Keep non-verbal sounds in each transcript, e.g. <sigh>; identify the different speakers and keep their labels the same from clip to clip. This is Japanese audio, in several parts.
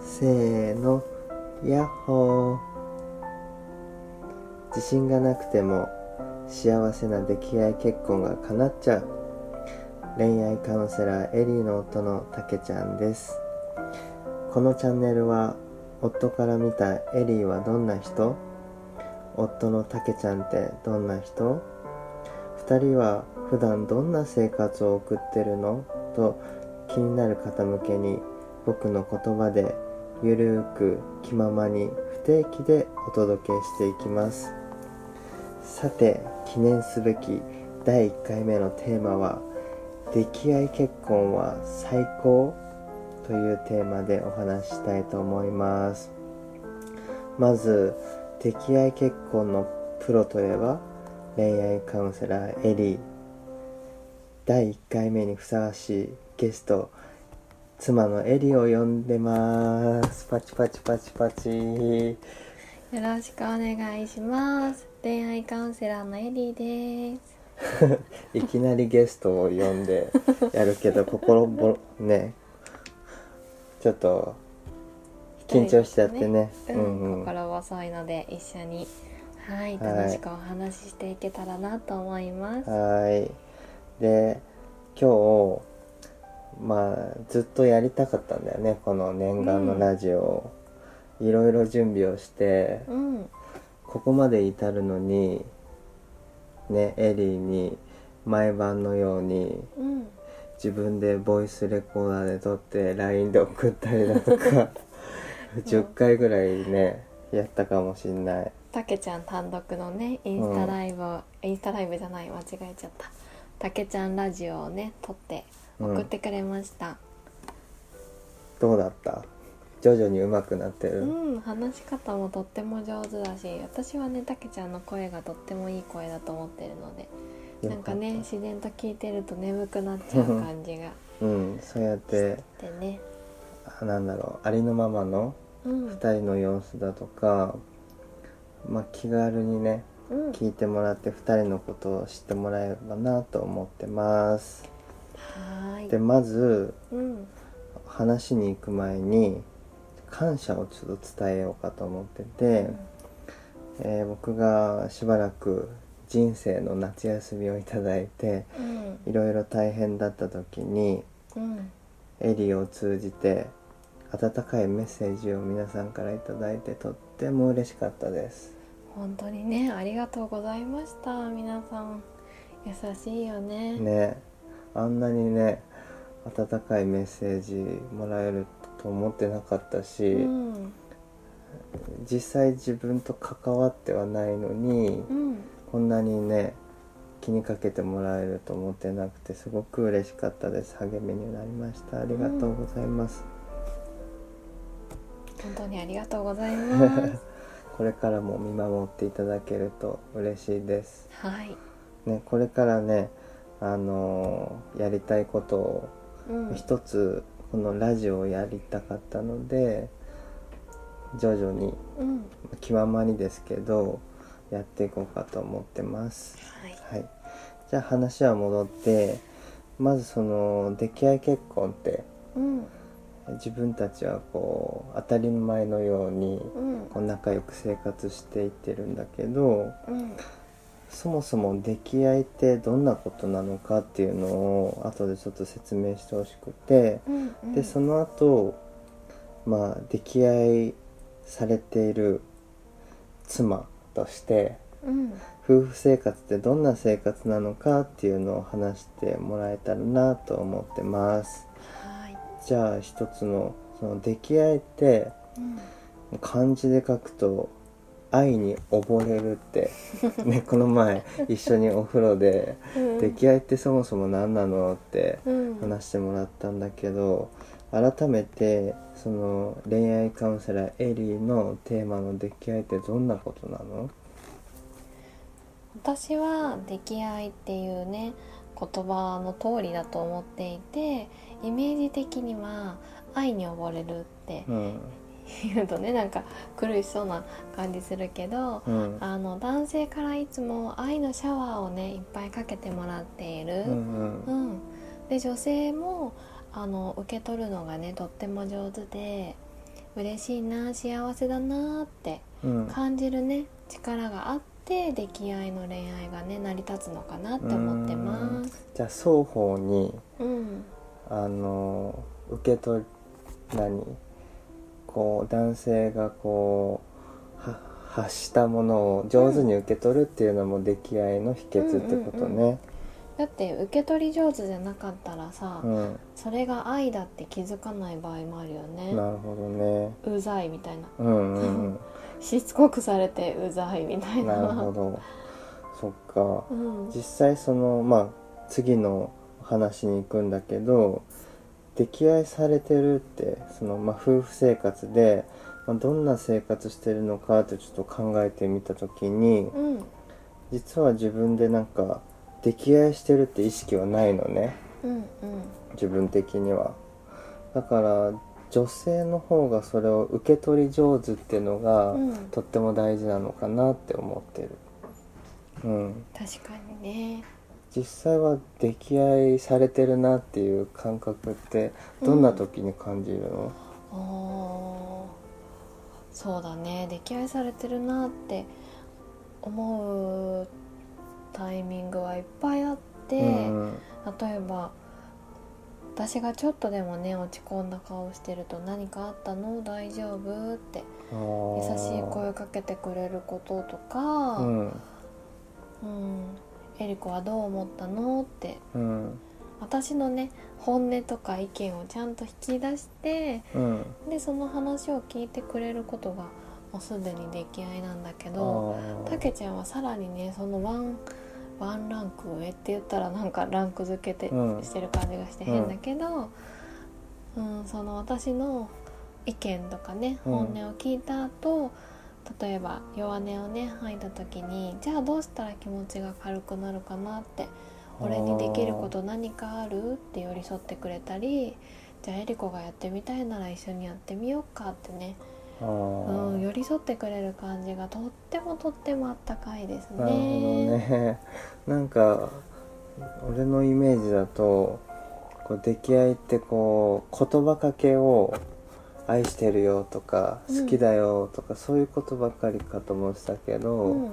Speaker 1: せーのヤッホー自信がなくても幸せな出来合い結婚が叶っちゃう恋愛カウンセラーエリーの夫のたけちゃんですこのチャンネルは夫から見たエリーはどんな人夫のたけちゃんってどんな人2人は普段どんな生活を送ってるのと気になる方向けに僕の言葉でゆるーく気ままに不定期でお届けしていきますさて記念すべき第1回目のテーマは「出来合い結婚は最高?」というテーマでお話ししたいと思いますまず出来合い結婚のプロといえば恋愛カウンセラーエリー第1回目にふさわしいゲスト妻のエリを呼んでますパチパチパチパチ
Speaker 2: よろしくお願いします恋愛カウンセラーのエリーです
Speaker 1: いきなりゲストを呼んでやるけど心ぼねちょっと緊張しちゃってね
Speaker 2: う
Speaker 1: うん
Speaker 2: ん、
Speaker 1: うん
Speaker 2: 心細いので一緒にはい
Speaker 1: はい
Speaker 2: 楽しくお話ししていけたらなと思いますは
Speaker 1: はいで今日まあずっとやりたかったんだよねこの念願のラジオを、いろいろ準備をして
Speaker 2: うん
Speaker 1: ここまで至るのにねエリーに毎晩のように
Speaker 2: うん
Speaker 1: 自分でボイスレコーダーで撮って LINE で送ったりだとか10回ぐらいねやったかもしんない
Speaker 2: たけちゃん単独のねインスタライブを、インスタライブじゃない間違えちゃったたけちゃんラジオをね撮って
Speaker 1: うん
Speaker 2: 送ってくれました
Speaker 1: どうだった徐々に上手くなって
Speaker 2: う
Speaker 1: る、
Speaker 2: ん、話し方もとっても上手だし私はねたけちゃんの声がとってもいい声だと思ってるので
Speaker 1: よ
Speaker 2: な
Speaker 1: か
Speaker 2: ん
Speaker 1: った
Speaker 2: かね自然と聞いてると眠くなっちゃう感じが
Speaker 1: うんそうやって
Speaker 2: してね、
Speaker 1: あなんだろうありのままの
Speaker 2: うん
Speaker 1: 2人の様子だとか、まあ、気軽にね
Speaker 2: うん、
Speaker 1: 聞いてもらって2人のことを知ってもらえればなと思ってます
Speaker 2: はー
Speaker 1: で
Speaker 2: い、
Speaker 1: まず
Speaker 2: うん、
Speaker 1: 話に行く前に感謝をちょっと伝えようかと思ってて、えー僕がしばらく人生の夏休みをいただいて
Speaker 2: うん
Speaker 1: いろいろ大変だった時に
Speaker 2: うん
Speaker 1: エリーを通じて温かいメッセージを皆さんからいただいてとっても嬉しかったです
Speaker 2: 本当にねありがとうございました皆さん優しいよね
Speaker 1: ねあんなにね温かいメッセージもらえると思ってなかったし、
Speaker 2: うん
Speaker 1: 実際自分と関わってはないのに
Speaker 2: うん
Speaker 1: こんなにね気にかけてもらえると思ってなくてすごく嬉しかったです励みになりましたありがとうございます、
Speaker 2: 本当にありがとうございます
Speaker 1: <laughs> これからも見守っていただけると嬉しいです
Speaker 2: はい、
Speaker 1: ねこれからねあのーやりたいことを
Speaker 2: うん、
Speaker 1: 一つこのラジオをやりたかったので徐々に
Speaker 2: うん
Speaker 1: 気ままにですけどやっていこうかと思ってます
Speaker 2: はい
Speaker 1: はい、じゃあ話は戻ってまずその出来合い結婚って
Speaker 2: うん
Speaker 1: 自分たちはこう当たり前のように
Speaker 2: うん
Speaker 1: こう仲良く生活していってるんだけど
Speaker 2: うん
Speaker 1: そもそも出来合いってどんなことなのかっていうのを後でちょっと説明してほしくて
Speaker 2: うんうん
Speaker 1: でその後まあ出来合いされている妻として
Speaker 2: うん
Speaker 1: 夫婦生活ってどんな生活なのかっていうのを話してもらえたらなと思ってます
Speaker 2: はい
Speaker 1: じゃあ一つのその出来合いって
Speaker 2: うん
Speaker 1: 漢字で書くと「愛に溺れる」って <laughs> ねこの前一緒にお風呂で「出来合いってそもそも何なの?」って
Speaker 2: うん
Speaker 1: 話してもらったんだけど改めてその恋愛カウンセラーエリーのテーマの出来合いってどんなことなの
Speaker 2: 私は「出来合い」っていうね言葉の通りだと思っていてイメージ的には「愛に溺れる」って
Speaker 1: うん
Speaker 2: 言うとねなんか苦しそうな感じするけど
Speaker 1: うん
Speaker 2: あの男性からいつも愛のシャワーをねいっぱいかけてもらっている。
Speaker 1: うんうん
Speaker 2: うん、で女性もあの受け取るのがねとっても上手で嬉しいな幸せだなって
Speaker 1: うん
Speaker 2: 感じるね力があって出来合いの恋愛がね成り立つのかなって思ってます。
Speaker 1: じゃあ双方に
Speaker 2: うん、
Speaker 1: あの受け取り何こう男性がこうは発したものを上手に受け取るっていうのも出来合いの秘訣ってことね。
Speaker 2: だって受け取り上手じゃなかったらさ、
Speaker 1: うん
Speaker 2: それが愛だって気づかない場合もあるよね。
Speaker 1: なるほどね。
Speaker 2: うざいみたいな
Speaker 1: うんうん
Speaker 2: しつこくされてうざいみた
Speaker 1: う
Speaker 2: い
Speaker 1: <laughs> ん、
Speaker 2: な。
Speaker 1: なるほど。そっか。
Speaker 2: うん、
Speaker 1: 実際そのまあ次の話に行くんだけど溺愛されてるってその、まあ、夫婦生活で、まあ、どんな生活してるのかってちょっと考えてみた時に
Speaker 2: うん
Speaker 1: 実は自分でなんか溺愛してるって意識はないのね
Speaker 2: うん
Speaker 1: 自分的にはだから女性の方がそれを受け取り上手っていうのが、
Speaker 2: うんうん
Speaker 1: とっても大事なのかなって思ってるうん
Speaker 2: 確かにね
Speaker 1: 実際は溺愛されてるなっていう感覚ってどんな時に感じるの、
Speaker 2: おーそうだね溺愛されてるなって思うタイミングはいっぱいあって、
Speaker 1: うん
Speaker 2: 例えば私がちょっとでもね落ち込んだ顔してると「何かあったの大丈夫?」って
Speaker 1: あ
Speaker 2: 優
Speaker 1: ー
Speaker 2: しい声かけてくれることとか
Speaker 1: う
Speaker 2: 「
Speaker 1: ん
Speaker 2: うん、えりこはどう思ったの?」って
Speaker 1: うん
Speaker 2: 私のね本音とか意見をちゃんと引き出して
Speaker 1: うん
Speaker 2: でその話を聞いてくれることがもうすでに出来合いなんだけど
Speaker 1: あ
Speaker 2: たけちゃんはさらにねそのワンワンランク上って言ったらなんかランク付けて、
Speaker 1: うん
Speaker 2: してる感じがして変だけど、うんその私の意見とかね
Speaker 1: うん
Speaker 2: 本音を聞いた後、例えば弱音をね吐いた時にじゃあどうしたら気持ちが軽くなるかなって俺にできること何かあるって寄り添ってくれたりじゃあエリコがやってみたいなら一緒にやってみようかってね、
Speaker 1: あ
Speaker 2: う
Speaker 1: ー
Speaker 2: ん、寄り添ってくれる感じがとってもとってもあったかいですね。
Speaker 1: なるほどね <laughs> なんか俺のイメージだとこう溺愛ってこう言葉かけを愛してるよとか
Speaker 2: うん
Speaker 1: 好きだよとか、そういうことばかりかと思ってたけど、
Speaker 2: うん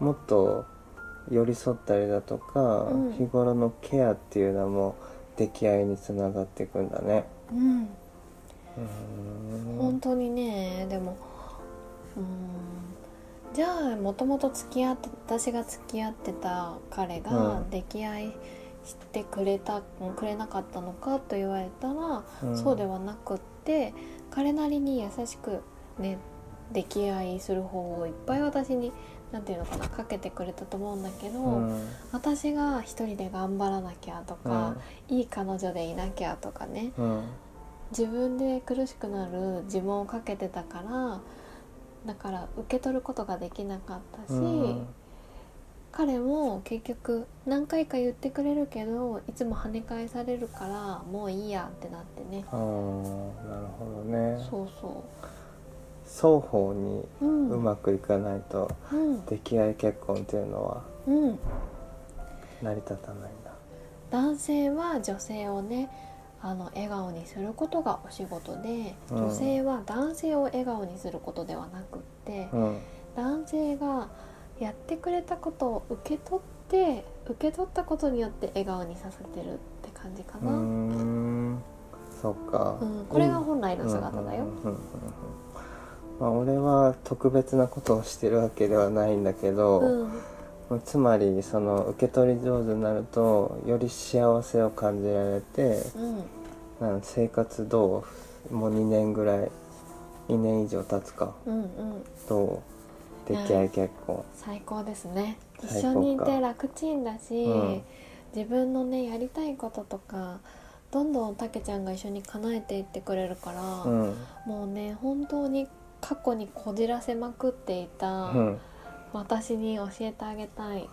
Speaker 1: もっと寄り添ったりだとか、
Speaker 2: うん
Speaker 1: 日頃のケアっていうのも出来合いにつながっていくんだね。
Speaker 2: うん
Speaker 1: うーん
Speaker 2: 本当にねでもうーんじゃあもともと付き合って私が付き合ってた彼
Speaker 1: う
Speaker 2: が
Speaker 1: ん
Speaker 2: 溺愛してくれた、くれなかったのかと言われたら、
Speaker 1: うん
Speaker 2: そうではなくって彼なりに優しくね溺愛する方をいっぱい私に何て言うのかなかけてくれたと思うんだけど、
Speaker 1: うん
Speaker 2: 私が一人で頑張らなきゃとか、いい彼女でいなきゃとかね
Speaker 1: うん
Speaker 2: 自分で苦しくなる自問をかけてたからだから受け取ることができなかったし、
Speaker 1: うん
Speaker 2: 彼も結局何回か言ってくれるけどいつも跳ね返されるからもういいやってなってね
Speaker 1: あーなるほどね
Speaker 2: そうそ
Speaker 1: 双方に
Speaker 2: ううん
Speaker 1: うまくいかないと、
Speaker 2: うん
Speaker 1: 溺愛結婚っていうのは
Speaker 2: うん、
Speaker 1: 成り立たないんだ
Speaker 2: 男性は女性をねあの笑顔にすることがお仕事で、
Speaker 1: うん
Speaker 2: 女性は男性を笑顔にすることではなくって、
Speaker 1: うん
Speaker 2: 男性がやってくれたことを受け取って受け取ったことによって笑顔にさせてるって感じか
Speaker 1: うー
Speaker 2: な、うん
Speaker 1: んそっか、
Speaker 2: これが本来の姿だ
Speaker 1: う
Speaker 2: よ、
Speaker 1: んうんうんうんまあ、俺は特別なことをしてるわけではないんだけど、
Speaker 2: うん
Speaker 1: つまりその受け取り上手になるとより幸せを感じられて
Speaker 2: うん
Speaker 1: なん生活どうもう2年ぐらい2年以上経つか
Speaker 2: うんうん
Speaker 1: どう出来合い結婚
Speaker 2: 最高ですね
Speaker 1: 最高
Speaker 2: 一
Speaker 1: か
Speaker 2: 緒にいて楽ちんだし、
Speaker 1: うん
Speaker 2: 自分のねやりたいこととかどんどんたけちゃんが一緒に叶えていってくれるから、
Speaker 1: うん
Speaker 2: もうね本当に過去にこじらせまくっていた、
Speaker 1: うん、
Speaker 2: 私に教えてあげたい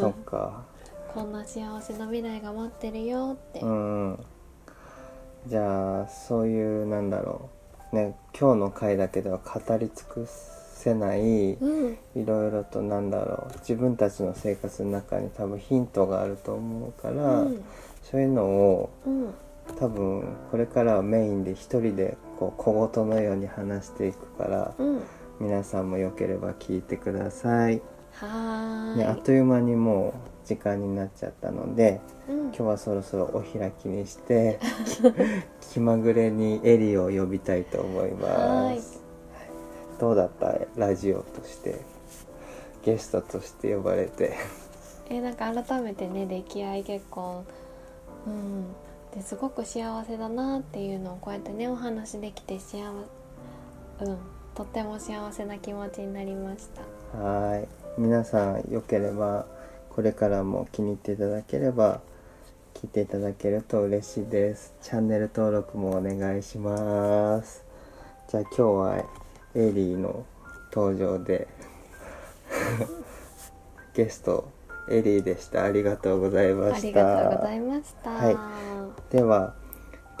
Speaker 1: そっか
Speaker 2: こんな幸せな未来が待ってるよって、
Speaker 1: うんうんじゃあそういうなんだろうね今日の回だけでは語り尽くせない
Speaker 2: うん、
Speaker 1: いろいろとなんだろう自分たちの生活の中に多分ヒントがあると思うから、
Speaker 2: うん
Speaker 1: そういうのを
Speaker 2: うん
Speaker 1: 多分これからはメインで一人でこう小言のように話していくから
Speaker 2: うんは
Speaker 1: 皆さんもよければ聞いてください、
Speaker 2: ーい
Speaker 1: ね、あっという間にもう時間になっちゃったので
Speaker 2: うん
Speaker 1: 今日はそろそろお開きにして
Speaker 2: <laughs>
Speaker 1: 気まぐれにエリを呼びたいと思いますどうだったラジオとしてゲストとして呼ばれて
Speaker 2: えなんか改めてね出来合い結婚うんですごく幸せだなっていうのをこうやってねお話できて幸せうんとっても幸せな気持ちになりました
Speaker 1: はーい皆さんよければこれからも気に入っていただければ聞いていただけると嬉しいですチャンネル登録もお願いしますじゃあ今日はエリーの登場で <laughs> ゲストエリーでしたありがとうございま
Speaker 2: あり
Speaker 1: し
Speaker 2: がとうご
Speaker 1: た
Speaker 2: ざいました、
Speaker 1: はいでは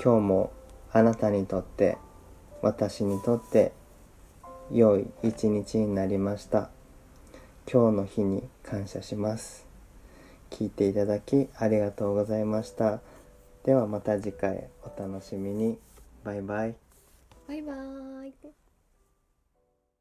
Speaker 1: 今日もあなたにとって私にとって良い一日になりました今日の日に感謝します聞いていただきありがとうございましたではまた次回お楽しみにバイバイ
Speaker 2: バイバーイ